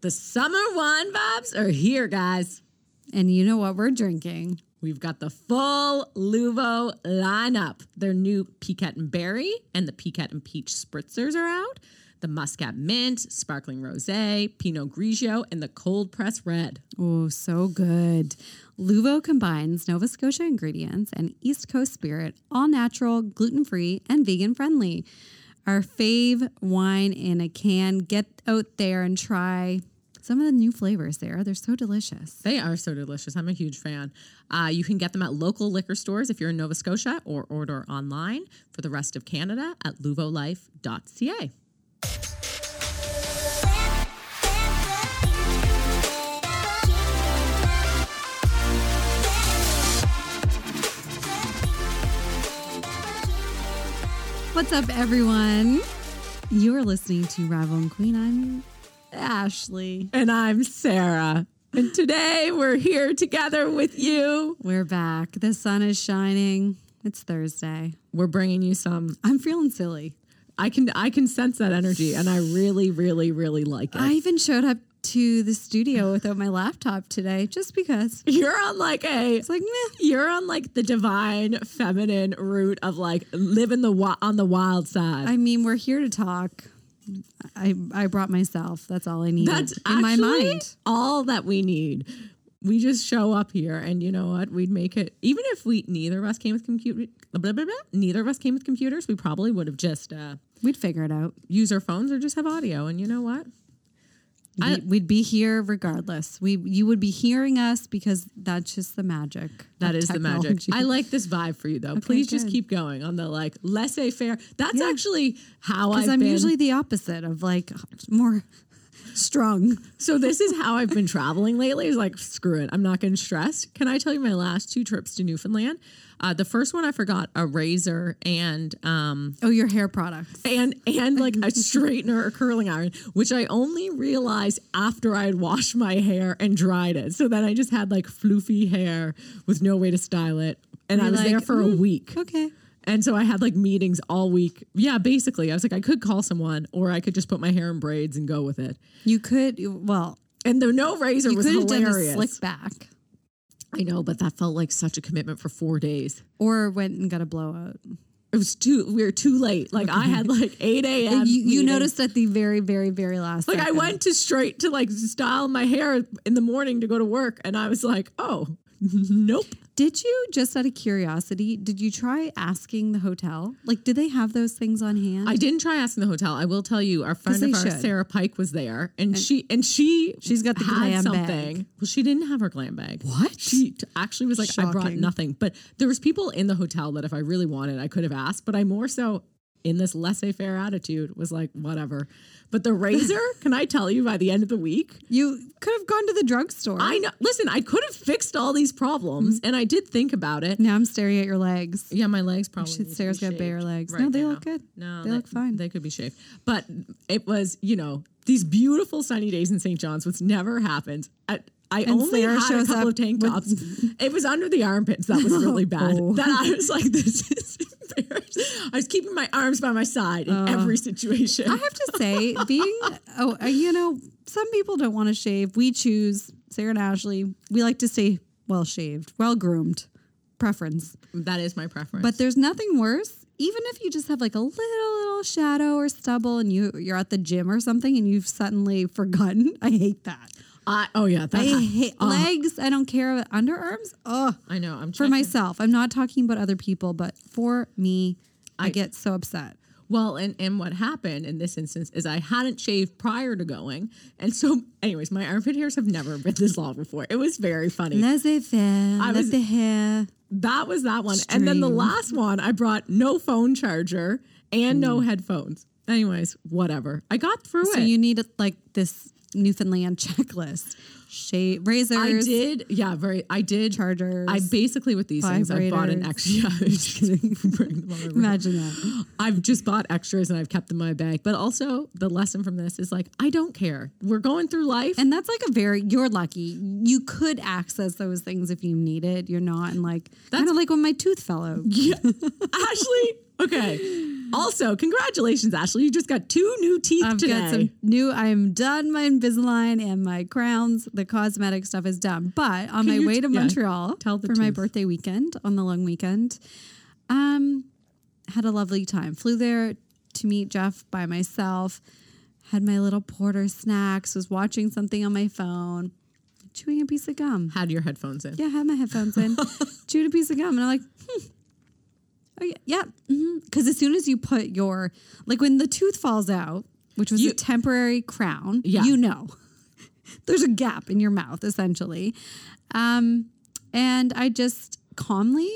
The summer wine vibes are here, guys. And you know what we're drinking? We've got the full Luvo lineup. Their new Pequet and Berry and the Pequet and Peach spritzers are out. The Muscat Mint, Sparkling Rosé, Pinot Grigio, and the Cold Press Red. Oh, so good. Luvo combines Nova Scotia ingredients and East Coast spirit, all natural, gluten free, and vegan friendly. Our fave wine in a can. Get out there and try some of the new flavors there. They're so delicious. They are so delicious. I'm a huge fan. Uh, you can get them at local liquor stores if you're in Nova Scotia or order online for the rest of Canada at luvolife.ca. What's up, everyone? You're listening to Rival and Queen. I'm Ashley. And I'm Sarah. And today we're here together with you. We're back. The sun is shining. It's Thursday. We're bringing you some. I'm feeling silly. I can I can sense that energy, and I really, really, really like it. I even showed up to the studio without my laptop today just because. you're on like a It's like, meh. you're on like the divine feminine route of like living the wi- on the wild side. I mean, we're here to talk. I I brought myself. That's all I needed That's in my actually mind. all that we need. We just show up here, and you know what? We'd make it even if we neither of us came with computer. Blah, blah, blah, neither of us came with computers. We probably would have just uh, We'd figure it out. use our phones or just have audio. And you know what? I- We- We'd be here regardless. We you would be hearing us because that's just the magic. That of is the magic. technology. I like this vibe for you though. Please just good. keep going on the like laissez faire. That's actually how I've because I'm been. usually the opposite of like more strong. so this is how I've been traveling lately. Is like screw it. I'm not getting stressed. Can I tell you my last two trips to Newfoundland? Uh, the first one I forgot a razor and um, Oh, your hair products. and and like a straightener or curling iron, which I only realized after I had washed my hair and dried it. So then I just had like floofy hair with no way to style it, and I You're was there like, "Hmm, for a week. Okay. And so I had like meetings all week. Yeah, basically, I was like, I could call someone, or I could just put my hair in braids and go with it. You could well. And the no razor You was could have done hilarious. a slick back. I know, but that felt like such a commitment for four days. Or went and got a blowout. It was too. We were too late. Like I had like eight a.m. you, you meetings. noticed at the very, very, very last. Like I second. went to straight to like style my hair in the morning to go to work, and I was like, oh, nope. Did you just out of curiosity? Did you try asking the hotel? Like, did they have those things on hand? I didn't try asking the hotel. I will tell you, our friend of they ours, should. Sarah Pike, was there, and, she and she She's got the had glam something. bag. Well, she didn't have her glam bag. What? She t- actually was like, I brought Shocking. nothing. But there was people in the hotel that if I really wanted, I could have asked. But I more so in this laissez-faire attitude was like, whatever. But the razor, can I tell you, by the end of the week, you could have gone to the drugstore. I know. Listen, I could have fixed all these problems, Mm-hmm. and I did think about it. now I'm staring at your legs. Yeah, my legs probably. Shit, need to Sarah's be got bare shaved legs. right no, they now. look good. No, they look fine. They could be shaved, but it was you know these beautiful sunny days in St. John's, which never happens. I, I And only Sarah had a shows couple up of tank with- tops. it was under the armpits that was really bad. Oh. That I was like, this is embarrassing. I was keeping my arms by my side in every situation. Uh. I have to say, being oh, uh, you know, some people don't want to shave. We choose Sarah and Ashley. We like to stay well shaved, well groomed, preference. that is my preference. But there's nothing worse. Even if you just have like a little little shadow or stubble, and you you're at the gym or something, and you've suddenly forgotten. I hate that. I, oh yeah, that, I hate legs. I don't care about underarms. Ugh. I know. I'm For myself, I'm not talking about other people, but for me, I get so upset. Well, and and what happened in this instance is I hadn't shaved prior to going, and so, anyways, my armpit hairs have never been this long before. It was very funny. Laissez faire, I let was- the hair. that was that one, and then the Extreme. last one, I brought no phone charger and no headphones. Anyways, whatever. I got through Mm. So it. you need like this Newfoundland checklist: shave, I razors, did, yeah, very. I did. chargers. I basically with these things, I bought an vibrators. extra. Yeah, I was just bringing them on my room. imagine that. I've just bought extras and I've kept them in my bag. But also, the lesson from this is like, I don't care. We're going through life. And that's like a very you're lucky. You could access those things if you need it. You're not, and like kind of like when my tooth fell out. Yeah. Ashley, okay. Also, congratulations, Ashley. You just got two new teeth I've today. got some new. I'm done my Invisalign and my crowns. The cosmetic stuff is done. But on my you way t- to yeah, Montreal tell the for my truth. birthday weekend on the long weekend, um, had a lovely time. Flew there to meet Jeff by myself. Had my little porter snacks. Was watching something on my phone, chewing a piece of gum. Had your headphones in. Yeah, I had my headphones in, chewed a piece of gum, and I'm like, hmm. oh yeah, yeah. Because as soon as you put your like when the tooth falls out, which was You- a temporary crown, Yeah. you know, there's a gap in your mouth essentially, um, and I just calmly.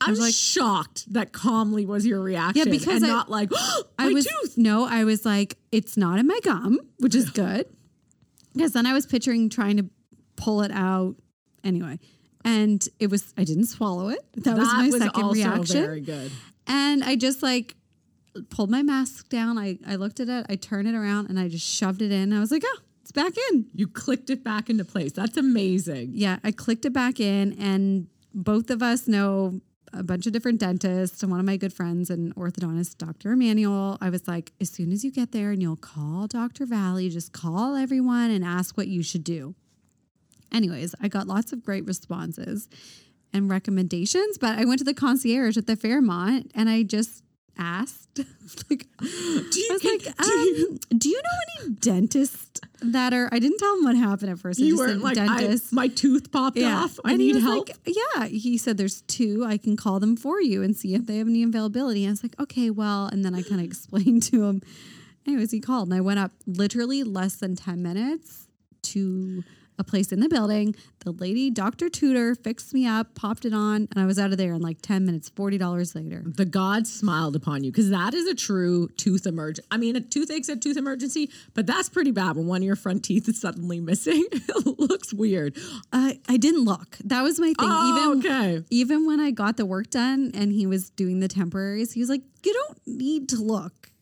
I was shocked that calmly was your reaction. because and I- not like my I was tooth. no, I was like, it's not in my gum, which is good, because then I was picturing trying to pull it out anyway, and it was I didn't swallow it. That, was my second also reaction. very good. And I just like pulled my mask down. I, I looked at it, I turned it around, and I just shoved it in. I was like, oh, it's back in. You clicked it back into place. That's amazing. Yeah, I clicked it back in. And both of us know a bunch of different dentists. And one of my good friends and orthodontist, Dr. Emanuel, I was like, as soon as you get there and you'll call Dr. Valley, just call everyone and ask what you should do. Anyways, I got lots of great responses and recommendations, but I went to the concierge at the Fairmont and I just asked, like, Do you, I was can- like, do you- um, do you know any dentists that are? I didn't tell him what happened at first. I you just weren't said like I, dentist. my tooth popped off. I and need he was help. like, yeah. He said, there's two. I can call them for you and see if they have any availability. I was like, okay, well. And then I kind of explained to him. Anyways, he called and I went up literally less than 10 minutes to a place in the building. The lady, Dr. Tudor, fixed me up, popped it on, and I was out of there in like 10 minutes, $40 later. the God smiled upon you because that is a true tooth emergency. I mean, a toothache's a tooth emergency, but that's pretty bad when one of your front teeth is suddenly missing. it looks weird. I, I didn't look. That was my thing. Oh, even okay. even when I got the work done and he was doing the temporaries, he was like, "You don't need to look."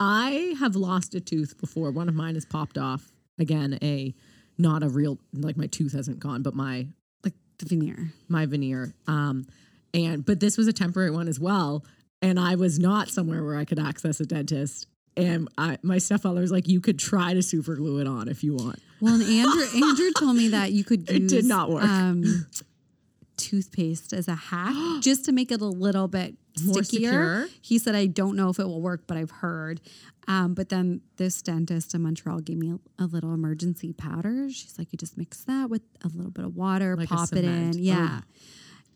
I have lost a tooth before. One of mine has popped off. Again, a not a real like my tooth hasn't gone, but my Like the veneer. my veneer. Um, and but this was a temporary one as well, and I was not somewhere where I could access a dentist. And I, my stepfather was like, "You could try to super glue it on if you want." Well, and Andrew Andrew told me that you could It use did not work. Um, toothpaste as a hack just to make it a little bit More stickier. secure? He said, "I don't know if it will work, but I've heard." Um, but then this dentist in Montreal gave me a, a little emergency powder. She's like, "You just mix that with a little bit of water, Like a pop it in, cement. yeah."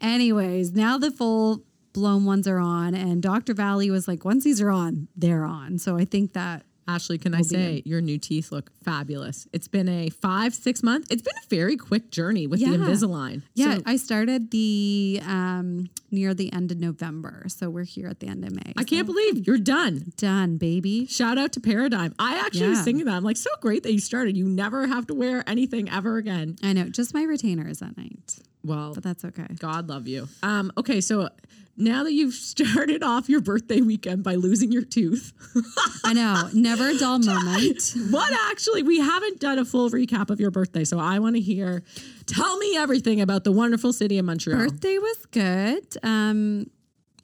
Anyways, now the full blown ones are on, and Dr. Valley was like, once these are on, they're on. So I think that Ashley, can I say your new teeth look fabulous? It's been a five, six month. It's been a very quick journey with the Yeah. Invisalign. yeah, So I started the um near the end of November, so we're here at the end of May. I can't believe you're done. done, baby. Shout out to Paradigm. I actually was Yeah. thinking that. I'm like, so great that you started. You never have to wear anything ever again. I know, just my retainer is at night, Well, but that's okay. God love you. Um, okay, so now that you've started off your birthday weekend by losing your tooth, I know, never a dull moment. what actually, we haven't done a full recap of your birthday. So I want to hear, tell me everything about the wonderful city of Montreal. Birthday was good. Um,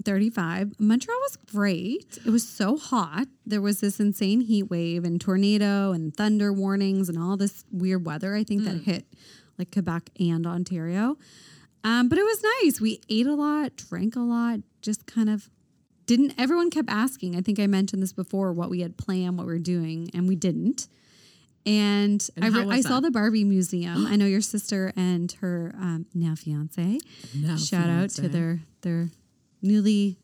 35. Montreal was great. It was so hot. There was this insane heat wave and tornado and thunder warnings and all this weird weather, I think, Mm. that hit like Quebec and Ontario. Um, but it was nice. We ate a lot, drank a lot, just kind of didn't. Everyone kept asking. I think I mentioned this before what we had planned, what we were doing, and we didn't. And, I, how re- was I saw that? the Barbie Museum. I know your sister and her um, now fiance Now shout out to fiancé. their their newly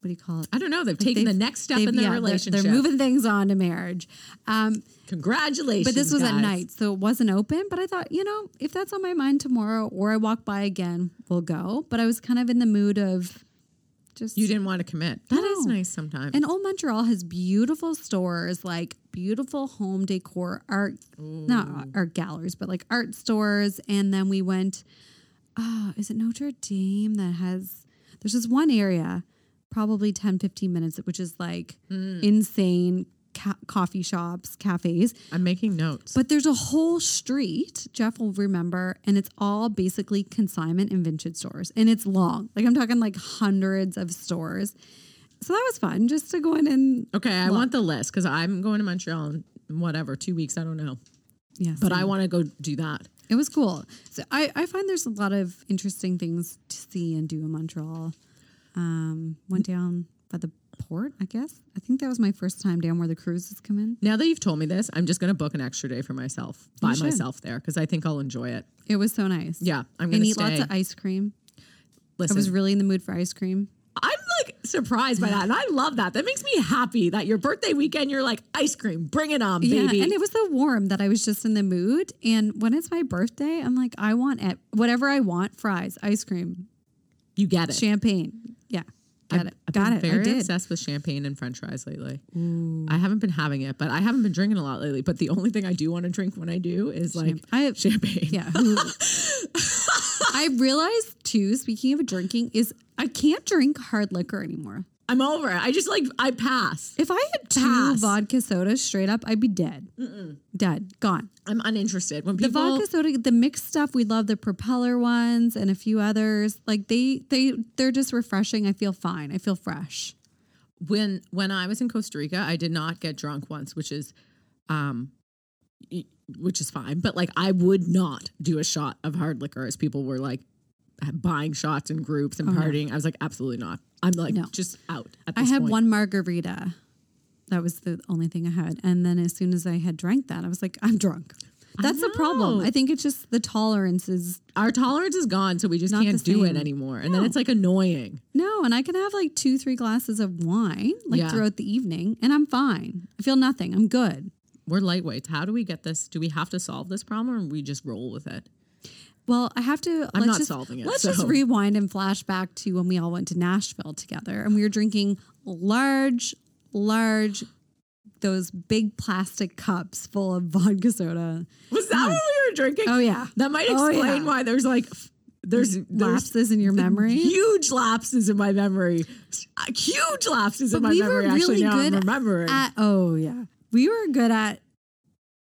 what do you call it? I don't know. They've taken the next step They've- in their yeah, they're- relationship. They're moving things on to marriage. Um, Congratulations. but this was at guys. night, so it wasn't open. But I thought, you know, if that's on my mind tomorrow, or I walk by again, we'll go. But I was kind of in the mood of just You didn't want to commit. That is No. nice sometimes. and old Montreal has beautiful stores, like beautiful home decor, art, not art galleries, but like art stores. And then we went, oh, is it Notre Dame that has, there's this one area, probably 10, 15 minutes, which is like Hmm. insane ca- coffee shops, cafes. I'm making notes. But there's a whole street, Jeff will remember, and it's all basically consignment and vintage stores. And it's long. Like I'm talking like hundreds of stores. So that was fun just to go in and Okay, I want the list because I'm going to Montreal in whatever, two weeks. I don't know. yeah. But I want to go do that. It was cool. So I, I find there's a lot of interesting things to see and do in Montreal. Um, went down by the port, I guess. I think that was my first time down where the cruises come in. Now that you've told me this, I'm just going to book an extra day for myself by should. myself there because I think I'll enjoy it. It was so nice. Yeah, I'm going and to eat stay. lots of ice cream. I Listen, was really in the mood for ice cream. I'm like surprised by that, and I love that. That makes me happy that your birthday weekend you're like ice cream, bring it on, baby. Yeah, and it was so warm that I was just in the mood. And when it's my birthday, I'm like, I want e- whatever I want: fries, ice cream, you get it. champagne. Yeah, got it, I've got been it. Very I did. obsessed with champagne and French fries lately. I haven't been having it, but I haven't been drinking a lot lately. But the only thing I do want to drink when I do is like I- champagne. Yeah. who- I realized too, speaking of drinking, is I can't drink hard liquor anymore. I'm over it. I just like I pass. If I had two Pass. vodka sodas straight up, I'd be dead. Dead. Gone. I'm uninterested when The people. vodka soda, the mixed stuff, we love the propeller ones and a few others. Like they they they're just refreshing. I feel fine. I feel fresh. when when I was in Costa Rica, I did not get drunk once, which is, um, y- which is fine. But like, I would not do a shot of hard liquor as people were like buying shots in groups and partying. I was like, absolutely not. I'm like Oh, No. just out. At I this had point. one margarita. That was the only thing I had. And then as soon as I had drank that, I was like, I'm drunk. That's the problem. know. I think it's just the tolerance is Our tolerance is gone, so we just Not can't the do it same. anymore. And then it's like annoying. No, and I can have like two, three glasses of wine like Yeah. throughout the evening, and I'm fine. I feel nothing. I'm good. We're lightweights. How do we get this? Do we have to solve this problem, or we just roll with it? Well, I have to. I'm let's not just, solving it, Let's so- just rewind and flash back to when we all went to Nashville together, and we were drinking large, large, those big plastic cups full of vodka soda. Was that what we were drinking? Oh, yeah. that might Oh, explain yeah. why there's like f- there's there's Lapses in your memory. huge lapses in my memory. Uh, Huge lapses in my we memory. were actually, really now good I'm remembering. At, oh yeah, we were good at.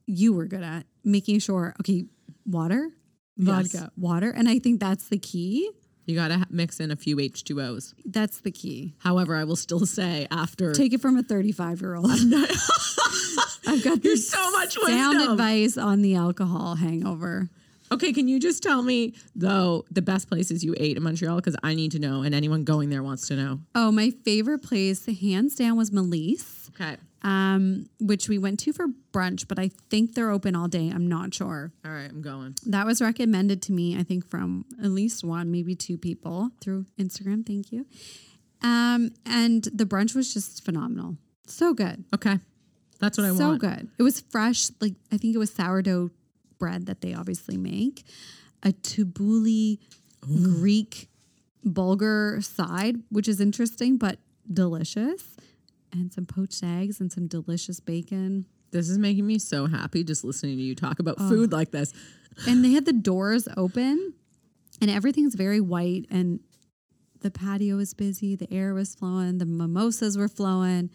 You were good at making sure. Okay, water, Yes. vodka, water, and I think that's the key. you got to mix in a few H2Os. That's the key. However, I will still say after Take it from a 35 year old. I've got You're this so much sound wisdom. advice on the alcohol hangover. Okay, can you just tell me though the best places you ate in Montreal? Because I need to know, and anyone going there wants to know. Oh, my favorite place, hands down, was Melise, Okay, um, which we went to for brunch, but I think they're open all day. I'm not sure. all right, I'm going. That was recommended to me, I think, from at least one, maybe two people through Instagram. Thank you. Um, and the brunch was just phenomenal. So good. Okay, that's what I so want. good. It was fresh. Like I think it was sourdough bread that they obviously make, a tabbouleh Greek bulgur side, which is interesting but delicious, and some poached eggs and some delicious bacon. This is making me so happy just listening to you talk about food like this. And they had the doors open, and everything's very white and. The patio was busy, the air was flowing, the mimosas were flowing.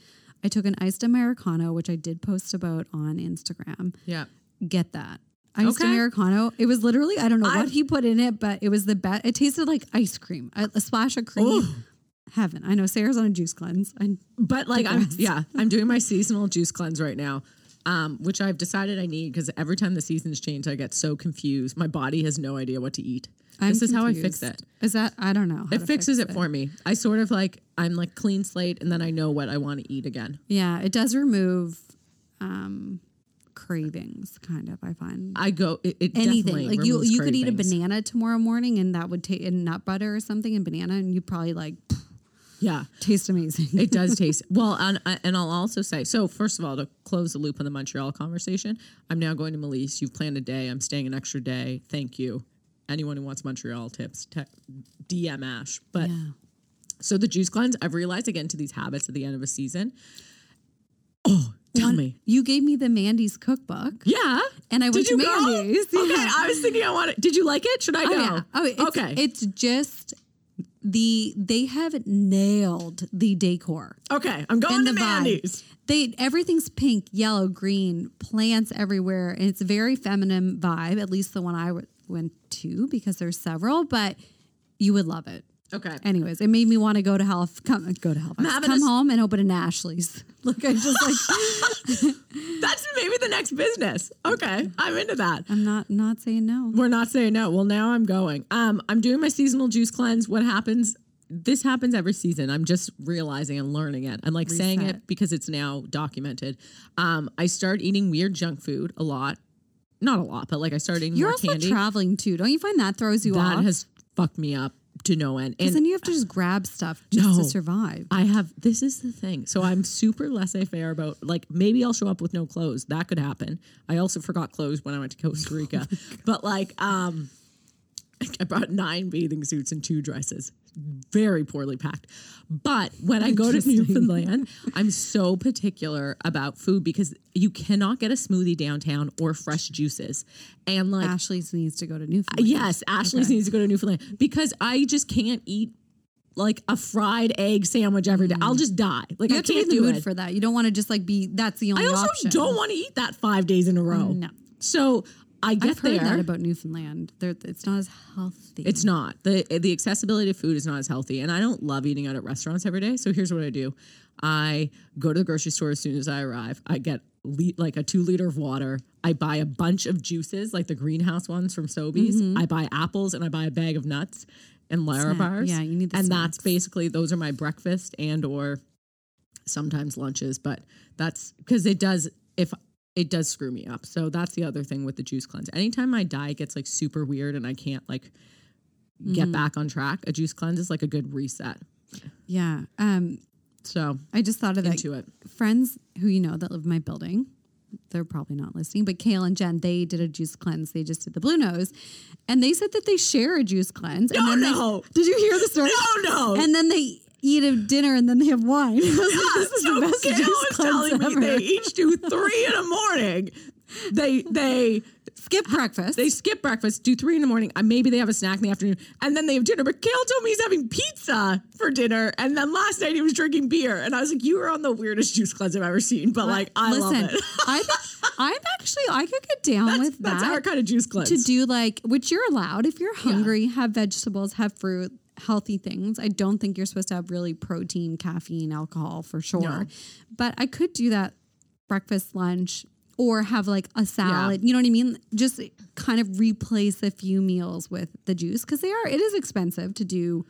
I took an iced Americano, which I did post about on Instagram. Yeah, get that. Iced Okay. Americano. It was literally, I don't know I'm- what he put in it, but it was the best. It tasted like ice cream, a, a splash of cream. Heaven. I know Sarah's on a juice cleanse. I, but like I'm yeah, I'm doing my seasonal juice cleanse right now. Um, which I've decided I need because every time the seasons change, I get so confused. My body has no idea what to eat. I'm this is how I fix it. confused. Is that, I don't know. how It to fixes fix it for me. I sort of like I'm like clean slate, and then I know what I want to eat again. Yeah, it does remove um, cravings, kind of, I find. I go it, it Anything definitely like you, removes you could eat a cravings. banana tomorrow morning, and that would take and nut butter or something, and banana, and you probably like Yeah, taste amazing. it does taste well. And I- and I'll also say so. First of all, to close the loop on the Montreal conversation, I'm now going to Melise. You've planned a day. I'm staying an extra day. Thank you. Anyone who wants Montreal tips, te- DM Ash. But Yeah. so the juice cleanse, I've realized I get into these habits at the end of a season. Oh, tell me. You gave me the Mandy's cookbook. Yeah. And I went Did to you go? Mandy's. Okay, Yeah. I was thinking I wanted. Did you like it? Should I go? Oh, yeah. Oh, it's, okay. It's just the they have nailed the decor okay. I'm going and to the Mandy's. vibe. They everything's pink, yellow, green, plants everywhere, and it's a very feminine vibe. At least the one I w- went to because there's several, but you would love it. Okay. Anyways, it made me want to go to Halif- come go to Halifax, having come a- home and open an Ashley's. Look, I just like That's maybe the next business. Okay. I'm into that. I'm not not saying no. We're not saying no. Well, now I'm going. Um, I'm doing my seasonal juice cleanse. What happens? This happens every season. I'm just realizing and learning it. I'm like saying it Reset. because it's now documented. Um, I start eating weird junk food a lot. Not a lot, but like I started eating You're more also candy. traveling too. Don't you find that throws you that off? has fucked me up to no end. And Because then you have to just grab stuff just No. to survive. I have this is the thing. So I'm super laissez faire about like maybe I'll show up with no clothes. That could happen. I also forgot clothes when I went to Costa Rica. but like um I brought nine bathing suits and two dresses. Very poorly packed. But when I go to Newfoundland, I'm so particular about food because you cannot get a smoothie downtown or fresh juices. And like Ashley's needs to go to Newfoundland. Yes, Ashley's needs to go to Newfoundland because I just can't eat like a fried egg sandwich every day. I'll just die. Like Mm. You I have to be can't in do the mood it. for that. You don't want to just like be. That's the only I also option. don't want to eat that five days in a row. No. So I get I've heard there. that about Newfoundland. They're, it's not as healthy. It's not the the accessibility of food is not as healthy, and I don't love eating out at restaurants every day. So here's what I do: I go to the grocery store as soon as I arrive. I get le- like a two liter of water. I buy a bunch of juices, like the greenhouse ones from Sobeys. Mm-hmm. I buy apples and I buy a bag of nuts and Lara Snack. bars. Yeah, you need the and that's basically those are my breakfast and or sometimes lunches, but that's because it does if it does screw me up. So that's the other thing with the juice cleanse. Anytime my diet gets like super weird and I can't like get back on track, a juice cleanse is like a good reset. yeah. Um, So I just thought of that. into it. friends who you know that live in my building, they're probably not listening, but Kale and Jen, they did a juice cleanse. They just did the Blue Nose. And they said that they share a juice cleanse. and No, then they- no. did you hear the story? No, no. And then they eat a dinner and then they have wine. I was like, this is the best Gail juice was cleanse telling me ever. they each do three in the morning. They they Skip breakfast. they skip breakfast, do three in the morning. uh, Maybe they have a snack in the afternoon, and then they have dinner. But Kale told me he's having pizza for dinner, and then last night he was drinking beer. And I was like, "You are on the weirdest juice cleanse I've ever seen." But like, I Listen, love it. I th- I'm actually, I could get down with that. That's our kind of juice cleanse. to do like which you're allowed if you're hungry have vegetables have fruit healthy things i don't think you're supposed to have really protein caffeine alcohol for sure No. but i could do that breakfast lunch or have like a salad you know what i mean just kind of replace a few meals with the juice because they are it is expensive to do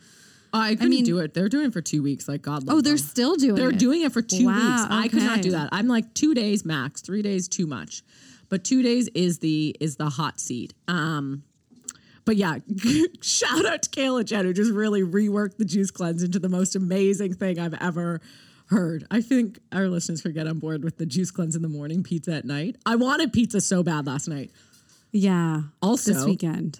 I couldn't mean- do it. They're doing it for two weeks. Like God, love oh they're them. still doing They're it. doing it for two Wow, weeks. I could not do okay. that. I'm like two days max. Three days too much, but two days is the is the hot seat. Um, but yeah, shout out to Kayla Jen who just really reworked the juice cleanse into the most amazing thing I've ever heard. I think our listeners could get on board with the juice cleanse in the morning, pizza at night. I wanted pizza so bad last night. yeah Also- this weekend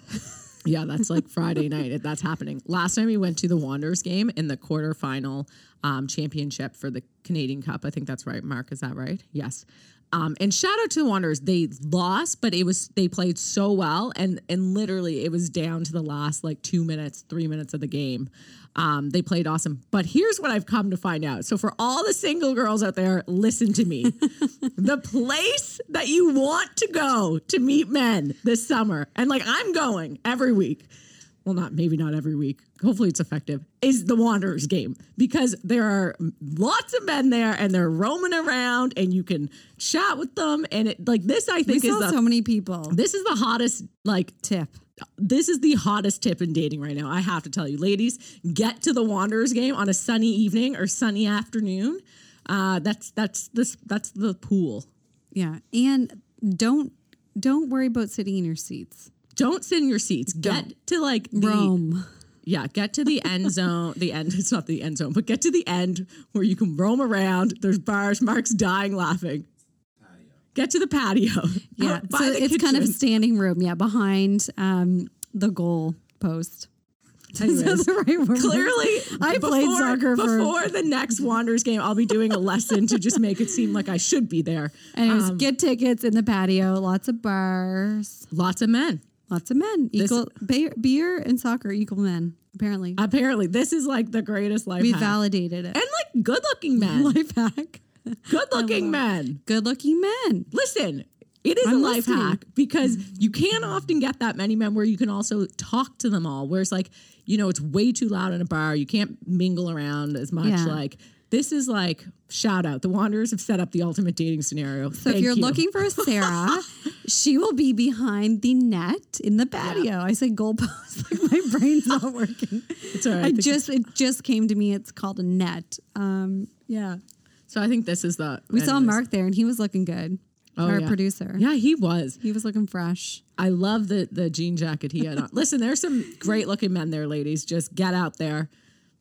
Yeah, that's like Friday night. It- That's happening. Last time we went to the Wanderers game in the quarterfinal um, championship for the Canadian Cup. I think that's right, Mark. Is that right? Yes. Um, and shout out to the Wanderers. They lost, but it was they played so well, and and literally it was down to the last like two minutes, three minutes of the game. Um, they played awesome. But here's what I've come to find out. So for all the single girls out there, listen to me. the place that you want to go to meet men this summer, and like I'm going every week. Well, not maybe not every week. Hopefully, it's effective. Is the Wanderers game because there are lots of men there and they're roaming around, and you can chat with them. And it like this, I we think is saw the so many people this is the hottest like tip this is the hottest tip in dating right now. I have to tell you, ladies, get to the Wanderers game on a sunny evening or sunny afternoon. Uh, that's that's this that's the pool. yeah and don't don't worry about sitting in your seats Don't sit in your seats. Get to like the, Rome. Yeah, get to the end zone. The end. It's not the end zone, but get to the end where you can roam around. There's bars. Mark's dying laughing. Get to the patio. Yeah, Out by so the it's kind of a kitchen. standing room. Yeah, behind um, the goal post. Is that Anyways. the right word? clearly I played before- soccer for- before the next Wanderers game. I'll be doing a lesson to just make it seem like I should be there. Anyways, get tickets in the patio. Lots of bars. Lots of men. Lots of men. Equal beer, beer and soccer equal men. Apparently, Apparently, this is like the greatest life we hack. validated and it. like good-looking men. Life hack. Good-looking men. Good looking men. Listen, It is I'm a life listening. hack because you can't often get that many men where you can also talk to them all. Where it's like, you know, it's way too loud in a bar. You can't mingle around as much. Yeah. Like this is like shout out. The Wanderers have set up the ultimate dating scenario. So if you're looking for a Sarah, she will be behind the net in the patio. I say goalpost, like my brain's not working. it's all right. I The- just it just came to me. It's called a net. Um, yeah, so I think this is the we saw Mark there, and he was looking good. Oh, Our yeah. producer, Yeah, he was. he was looking fresh. I love the the jean jacket he had on. Listen, there's some great looking men there, ladies. Just get out there.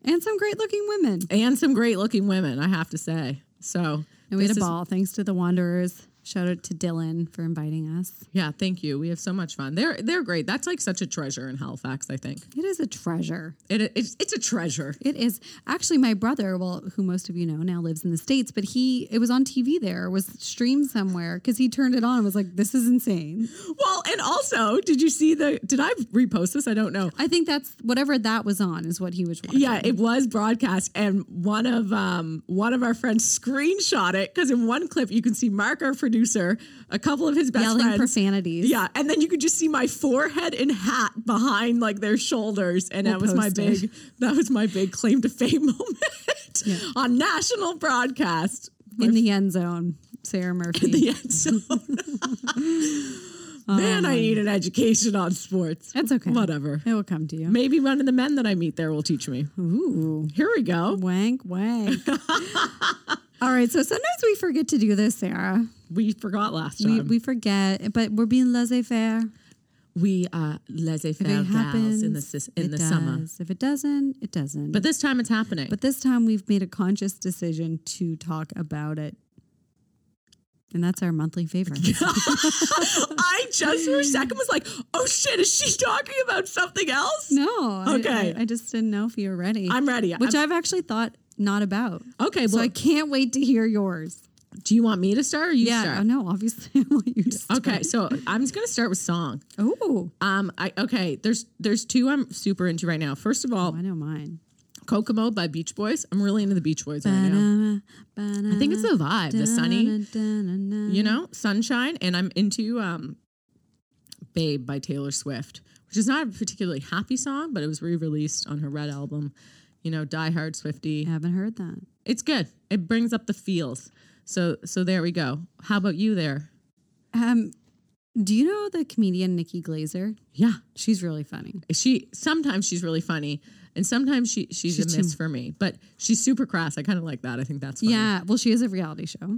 and some great looking women. And some great looking women, I have to say. So And we had this a is- ball thanks to the Wanderers. Shout out to Dylan for inviting us. yeah, thank you. We have so much fun. They're they're great. That's like such a treasure in Halifax, I think. It is a treasure. It, it's it's a treasure. It is actually my brother, well, who most of you know now lives in the states, but he it was on TV there, was streamed somewhere because he turned it on and was like, "This is insane." Well, and also, did you see the did I repost this? I don't know. I think that's whatever that was on is what he was watching. Yeah, it was broadcast, and one of um, one of our friends screenshot it because in one clip you can see Mark, our producer, a couple of his best yelling friends, profanities. Yeah, and then you could just see my forehead and hat behind like their shoulders, and that was my post it. big that was my big claim to fame moment on national broadcast. in the end zone. Sarah Murphy. The end zone. Man, I need an education on sports. That's Um, okay. Whatever. It will come to you. Maybe one of the men that I meet there will teach me. Ooh. Here we go. Wank wank. All right, so sometimes we forget to do this, Sarah. We forgot last We, time. we forget, but we're being laissez faire. We are laissez If faire it happens gals in the sis- in it the summer, does. If it doesn't, it doesn't. but this time it's happening. But this time we've made a conscious decision to talk about it. And that's our monthly favorite. I just for a second was like, oh shit, is she talking about something else? no. I- Okay. I, I just didn't know if you were ready. I'm ready. Which i have actually thought not about. Okay, well, So I can't wait to hear yours. do you want me to start or you Yeah. Oh, start? no, obviously I want you to start. Okay, so I'm just gonna start with song. Oh, Um, I okay, there's there's two I'm super into right now. First of all, I know mine. Kokomo by Beach Boys. I'm really into the Beach Boys right now. I think it's the vibe, the sunny, you know, sunshine, and I'm into um, Babe by Taylor Swift, which is not a particularly happy song, but it was re-released on her Red album. You know, Die Hard Swifty. I haven't heard that. It's good. It brings up the feels. So so there we go. How about you there? Um, do you know the comedian Nikki Glazer? Yeah. She's really funny. She sometimes she's really funny and sometimes she she's, She's a miss for me. But she's super crass. I kind of like that. I think that's funny. Yeah. Well, she has a reality show.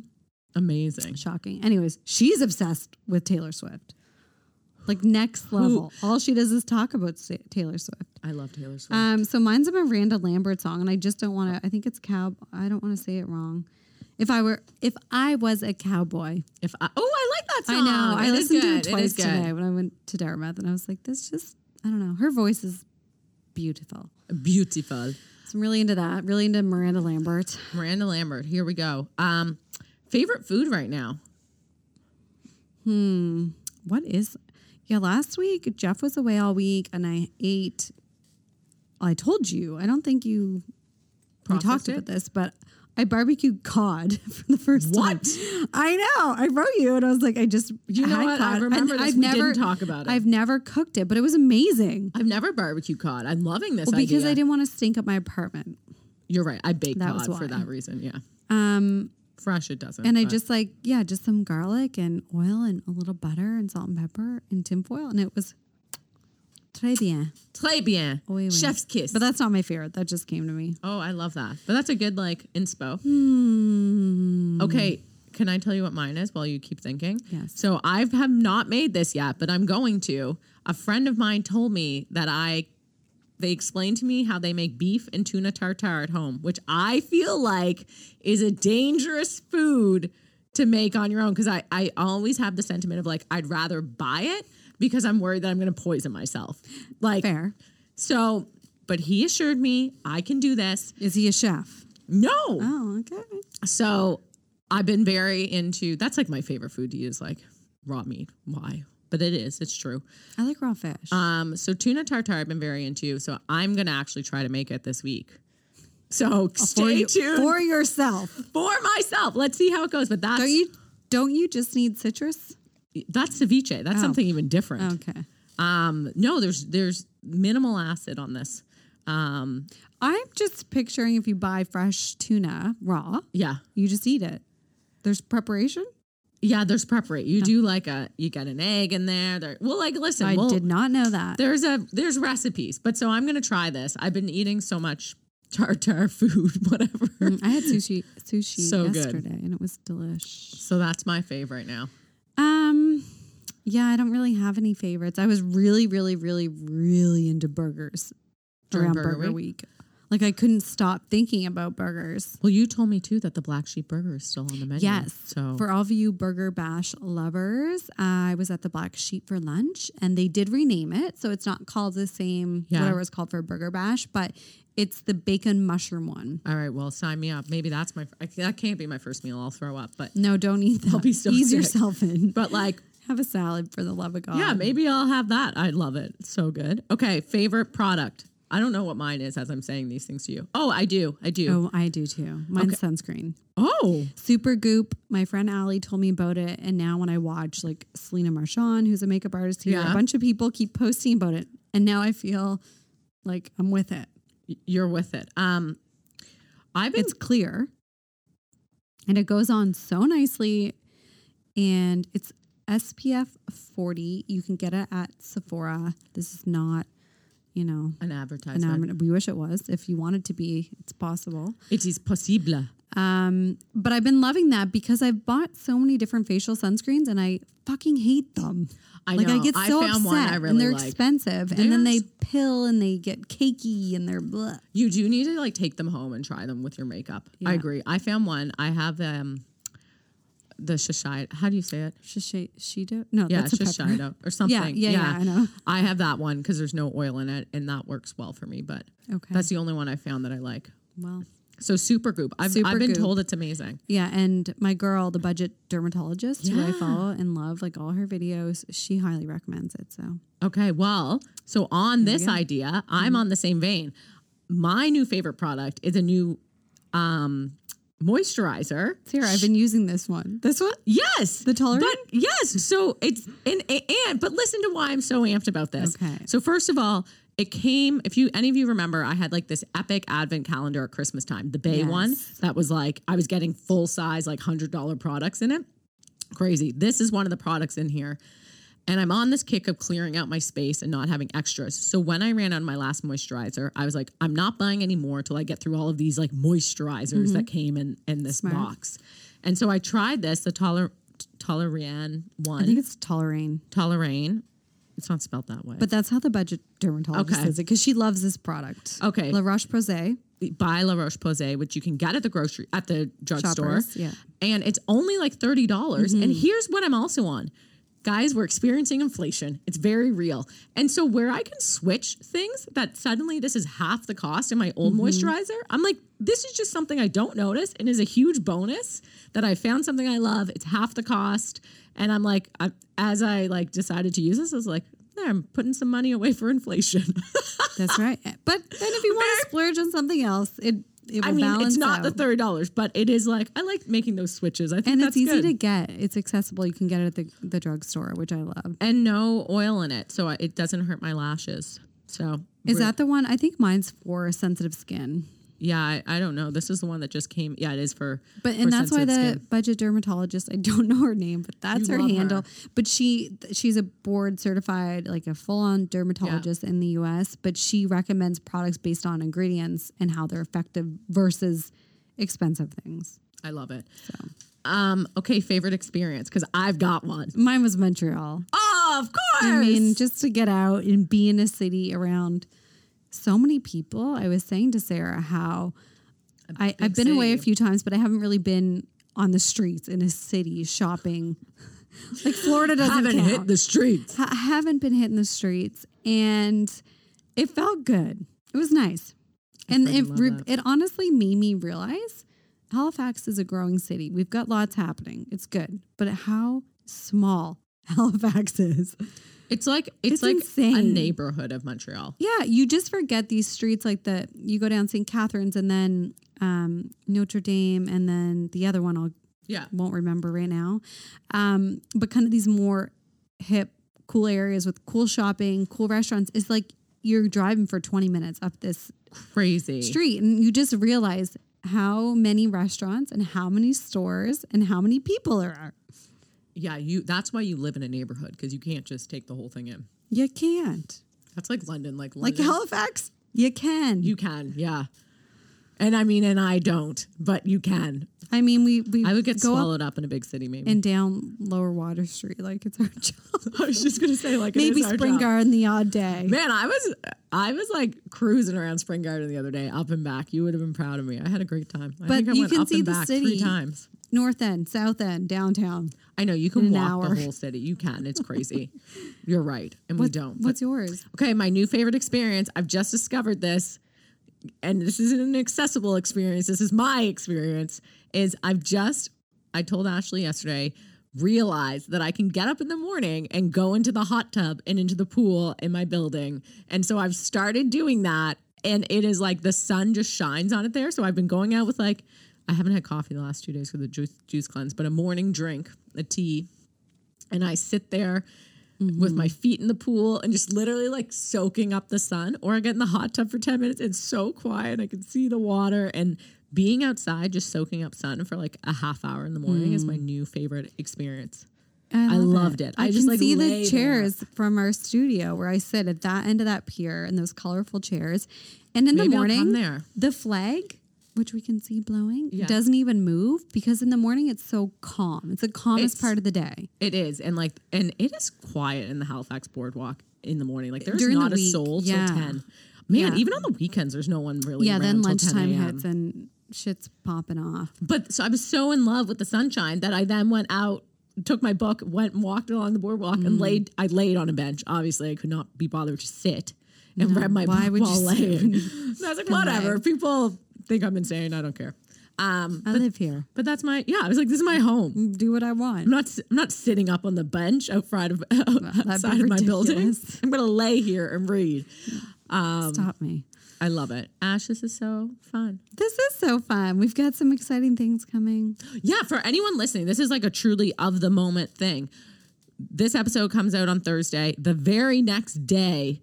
Amazing. Shocking. Anyways, she's obsessed with Taylor Swift. Like next level. All she does is talk about Sa- Taylor Swift. I love Taylor Swift. Um, so mine's a Miranda Lambert song, and I just don't want to. I think it's cow. I don't want to say it wrong. If I were, if I was a cowboy, if I, Oh, I like that song. I know. It I is listened to it good. is twice good. today when I went to Dartmouth, and I was like, "This just, I don't know." Her voice is beautiful. Beautiful. So I'm really into that. Really into Miranda Lambert. Miranda Lambert. Here we go. Um favorite food right now. What is? Yeah, last week Jeff was away all week, and I ate. I told you. I don't think you. Processed we talked it? about this, but I barbecued cod for the first What? time. I know. I wrote you, and I was like, I just. You know had what? I cod, remember and this. We didn't talk about it. I've never cooked it, but it was amazing. I've never barbecue cod. I'm loving this Well, because idea. I didn't want to stink up my apartment. You're right. I bake That was cod for why. that reason. Yeah. Um, Fresh it doesn't. and I but- just like, yeah, just some garlic and oil and a little butter and salt and pepper and tinfoil. And it was très bien. Très bien. Oui, oui. Chef's kiss. But that's not my favorite. That just came to me. oh, I love that. But that's a good like inspo. Okay. Can I tell you what mine is while you keep thinking? Yes. So I have not made this yet, but I'm going to. A friend of mine told me that I they explained to me how they make beef and tuna tartare at home, which I feel like is a dangerous food to make on your own because I, I always have the sentiment of like I'd rather buy it because I'm worried that I'm going to poison myself. Like Fair. So, but he assured me I can do this. Is he a chef? No. Oh, okay. So I've been very into that's like my favorite food to eat is like raw meat. Why? But it is, it's true. I like raw fish. Um, so tuna tartare I've been very into. So I'm gonna actually try to make it this week. So Oh, for, stay you- tuned for, for yourself. myself. Let's see how it goes. But that's Don't you? Oh. Don't you just need citrus? That's ceviche. That's something even different. Okay. Oh. Um, no, there's there's minimal acid on this. Um, I'm just picturing if you buy fresh tuna raw, yeah, you just eat it. There's preparation. yeah. There's preparate. You do like a you get an egg in there. There. Well, like listen, I we'll- did not know that. there's a there's recipes, but so I'm gonna try this. I've been eating so much tartar food, whatever. Mm, I had sushi sushi So good. yesterday and it was delish. So that's my fave right now. Um yeah, I don't really have any favorites. I was really, really, really, really into burgers During around Burger Burger, Week. Like I couldn't stop thinking about burgers. Well, you told me too that the black sheep burger is still on the menu. Yes. So For all of you Burger Bash lovers, I was at the Black Sheep for lunch and they did rename it. So it's not called the same, Yeah. whatever it's called for Burger Bash, but it's the bacon mushroom one. all right, well, sign me up. Maybe that's my I, that can't be my first meal. I'll throw up, but No, don't eat that. be so Ease sick. yourself in. but like Have a salad for the love of God. yeah, maybe I'll have that. I love it. It's so good. Okay, favorite product. I don't know what mine is as I'm saying these things to you. Oh, I do. I do. Oh, I do too. Mine's sunscreen. Oh, Super Goop. My friend Allie told me about it. And now when I watch like Selena Marchand, who's a makeup artist here, Yeah. a bunch of people keep posting about it. And now I feel like I'm with it. y- you're with it. Um I've been It's clear. And it goes on so nicely. And it's SPF 40. You can get it at Sephora. This is not, you know, an an advertisement. advert- we wish it was. If you want it to be, it's possible. it is possible. Um, but I've been loving that because I've bought so many different facial sunscreens and I fucking hate them. I like I know. get I so found upset one I really and they're like. expensive and then they There's- pill and they get cakey and they're bleh. You do need to like take them home and try them with your makeup. I agree. I found one. I have um the Shishido. How do you say it? Shishido? No, Yeah, that's a pepper. Shishido or something. yeah, yeah, I know. I have that one because there's no oil in it, and that works well for me. But Okay. that's the only one I found that I like. well, So super goop. I've I've been Supergoop. told it's amazing. yeah. And my girl, the budget dermatologist who I follow and love, like all her videos, she highly recommends it. So Okay, well, so on this idea, Mm-hmm. I'm on the same vein. My new favorite product is a new um moisturizer. Sarah, I've been using this one. This one? Yes. The tolerant? But yes. So it's and and but listen to why I'm so amped about this. Okay. So first of all, it came if you any of you remember, I had like this epic advent calendar at Christmas time, the Bay one that was like I was getting full size like hundred dollar products in it. Crazy. This is one of the products in here. And I'm on this kick of clearing out my space and not having extras. So when I ran out of my last moisturizer, I was like, I'm not buying any more till I get through all of these like moisturizers Mm-hmm. that came in in this box. And so I tried this, the Toler Tolerian I think one, it's Tolerane, Tolerane. It's not spelled that way. but that's how the budget dermatologist Okay. says it because she loves this product. Okay. La Roche Posay. by La Roche Posay, which you can get at the grocery at the drugstore. Shoppers, yeah. Mm-hmm. And it's only like $30. dollars And here's what I'm also on. Guys, we're experiencing inflation. It's very real. And so where I can switch things that suddenly this is half the cost in my old Mm-hmm. moisturizer, I'm like, this is just something I don't notice and is a huge bonus that I found something I love. It's half the cost. And I'm like, I, as I like decided to use this, I was like, there, I'm putting some money away for inflation. That's right. But then if you want to splurge on something else, it it will I mean, balance it's not out. the thirty dollars, but it is like I like making those switches. I think and that's it's good. easy to get. It's accessible. You can get it at the, the drugstore, which I love. and no oil in it, so I- it doesn't hurt my lashes. So Is that the one? I think mine's for sensitive skin. yeah, I, I don't know. This is the one that just came. Yeah, it is for. But for and that's why the sensitive skin. budget dermatologist, I don't know her name, but that's You her love handle. her. But she th- she's a board certified, like a full on dermatologist in the US, but she recommends products based on ingredients and how they're effective versus expensive things. I love it. Um. Okay, favorite experience because I've got one. Mine was Montreal. Oh, of course. I mean, just to get out and be in a city around so many people. I was saying to Sarah how I, I've been away a city. few times, but I haven't really been on the streets in a city shopping. like Florida doesn't haven't count. hit the streets. I haven't been hitting the streets, and it felt good. It was nice, and it love re- that. it honestly made me realize Halifax is a growing city. We've got lots happening. It's good, but how small Halifax is. It's like it's, It's like a insane. neighborhood of Montreal. Yeah, you just forget these streets like the you go down St. Catherine's and then um, Notre Dame and then the other one I'll Yeah. won't remember right now. Um, but kind of these more hip, cool areas with cool shopping, cool restaurants. It's like you're driving for 20 minutes up this Crazy. street and you just realize how many restaurants and how many stores and how many people there are. Yeah, you that's why you live in a neighborhood because you can't just take the whole thing in. You can't. That's like London, like Like London. Halifax, you can. you can, yeah. And I mean, and I don't, but you can. I mean, we, we I would get go up swallowed up in a big city, maybe. and down Lower Water Street. Like it's our job. I was just gonna say, like, it Maybe is our Spring job. Garden the odd day. Man, I was I was like cruising around Spring Garden the other day, up and back. You would have been proud of me. I had a great time. I But think I you went can up see and the back city. three times. North End, South End, downtown. I know you can an walk hour. the whole city. You can. It's crazy. You're right, and we don't. What's yours? Okay, my new favorite experience. I've just discovered this, and this isn't an accessible experience. This is my experience. Is I've just I told Ashley yesterday realized that I can get up in the morning and go into the hot tub and into the pool in my building, and so I've started doing that. And it is like the sun just shines on it there. So I've been going out with like I haven't had coffee the last two days for the juice juice cleanse, but a morning drink, a tea, and I sit there with my Mm-hmm. feet in the pool and just literally like soaking up the sun, or I get in the hot tub for 10 minutes. It's so quiet. I can see the water and being outside, just soaking up sun for like a half hour in the morning is my new favorite experience. I loved it. I Mm. I just, can like, see lay the there. chairs from our studio where I sit at that end of that pier and those colorful chairs. And in the Maybe I'll morning, come there. the flag, which we can see blowing, Yeah. doesn't even move because in the morning it's so calm. It's the calmest It's- part of the day. It is. And like, and it is quiet in the Halifax boardwalk in the morning. Like, there's During the not a week, soul yeah. till 10. Man, Yeah. even on the weekends, there's no one really. Yeah, around then till 10 lunchtime a.m. hits and shit's popping off. But so I was so in love with the sunshine that I then went out, took my book, went and walked along the boardwalk Mm. and laid. I laid on a bench. Obviously, I could not be bothered to sit and read my why book would you while sit laying. And I was like, whatever. live? People think I'm insane. I don't care. Um, I live here. but that's my yeah. I was like, this is my home. Do what I want. I'm not. s- I'm not sitting up on the bench outside of outside of my building. ridiculous. I'm gonna lay here and read. Um, Stop me. I love it. Ash, this is so fun. This is so fun. We've got some exciting things coming. Yeah, for anyone listening, this is like a truly of the moment thing. This episode comes out on Thursday. The very next day,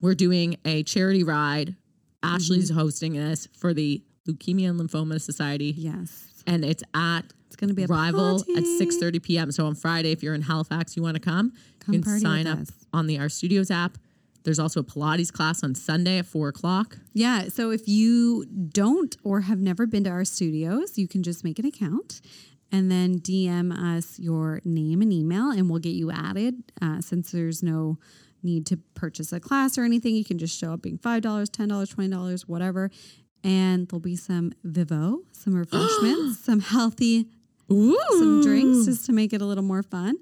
we're doing a charity ride. Ashley's hosting this for the Leukemia and Lymphoma Society, Yes. and it's at It's going to be a Rival at party. 6:30 p.m. So on Friday, if you're in Halifax, you want to come, Come you party can sign with up us. on the Our Studios app. There's also a Pilates class on Sunday at four o'clock. Yeah. So if you don't or have never been to our studios, you can just make an account and then DM us your name and email, and we'll get you added. Uh, since there's no need to purchase a class or anything, you can just show up being $5, $10, $20, whatever. And there'll be some Vivo, some refreshments, some healthy Ooh, some drinks just to make it a little more fun.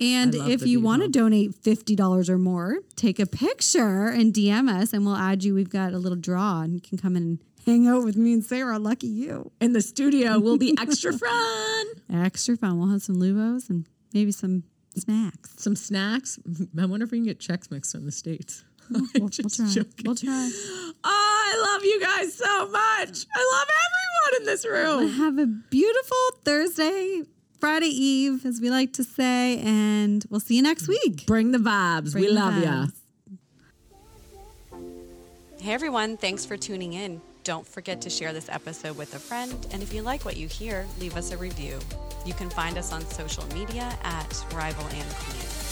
And I love if the you want to donate $50 or more, take a picture and DM us and we'll add you. We've got a little draw and you can come in and hang out with me and Sarah. Lucky you. in the studio will be extra fun. Extra fun. We'll have some Lubos and maybe some snacks. some snacks. I wonder if we can get Chex Mix from the States. I'm We'll, we'll just try. joking. We'll try. Oh, I love you guys so much. I love everyone in this room. Have a beautiful Thursday, Friday Eve, as we like to say. And we'll see you next week. Bring the vibes. we Bring the love ya. vibes. Hey everyone, thanks for tuning in. Don't forget to share this episode with a friend, and if you like what you hear, leave us a review. You can find us on social media at Rival and Queen.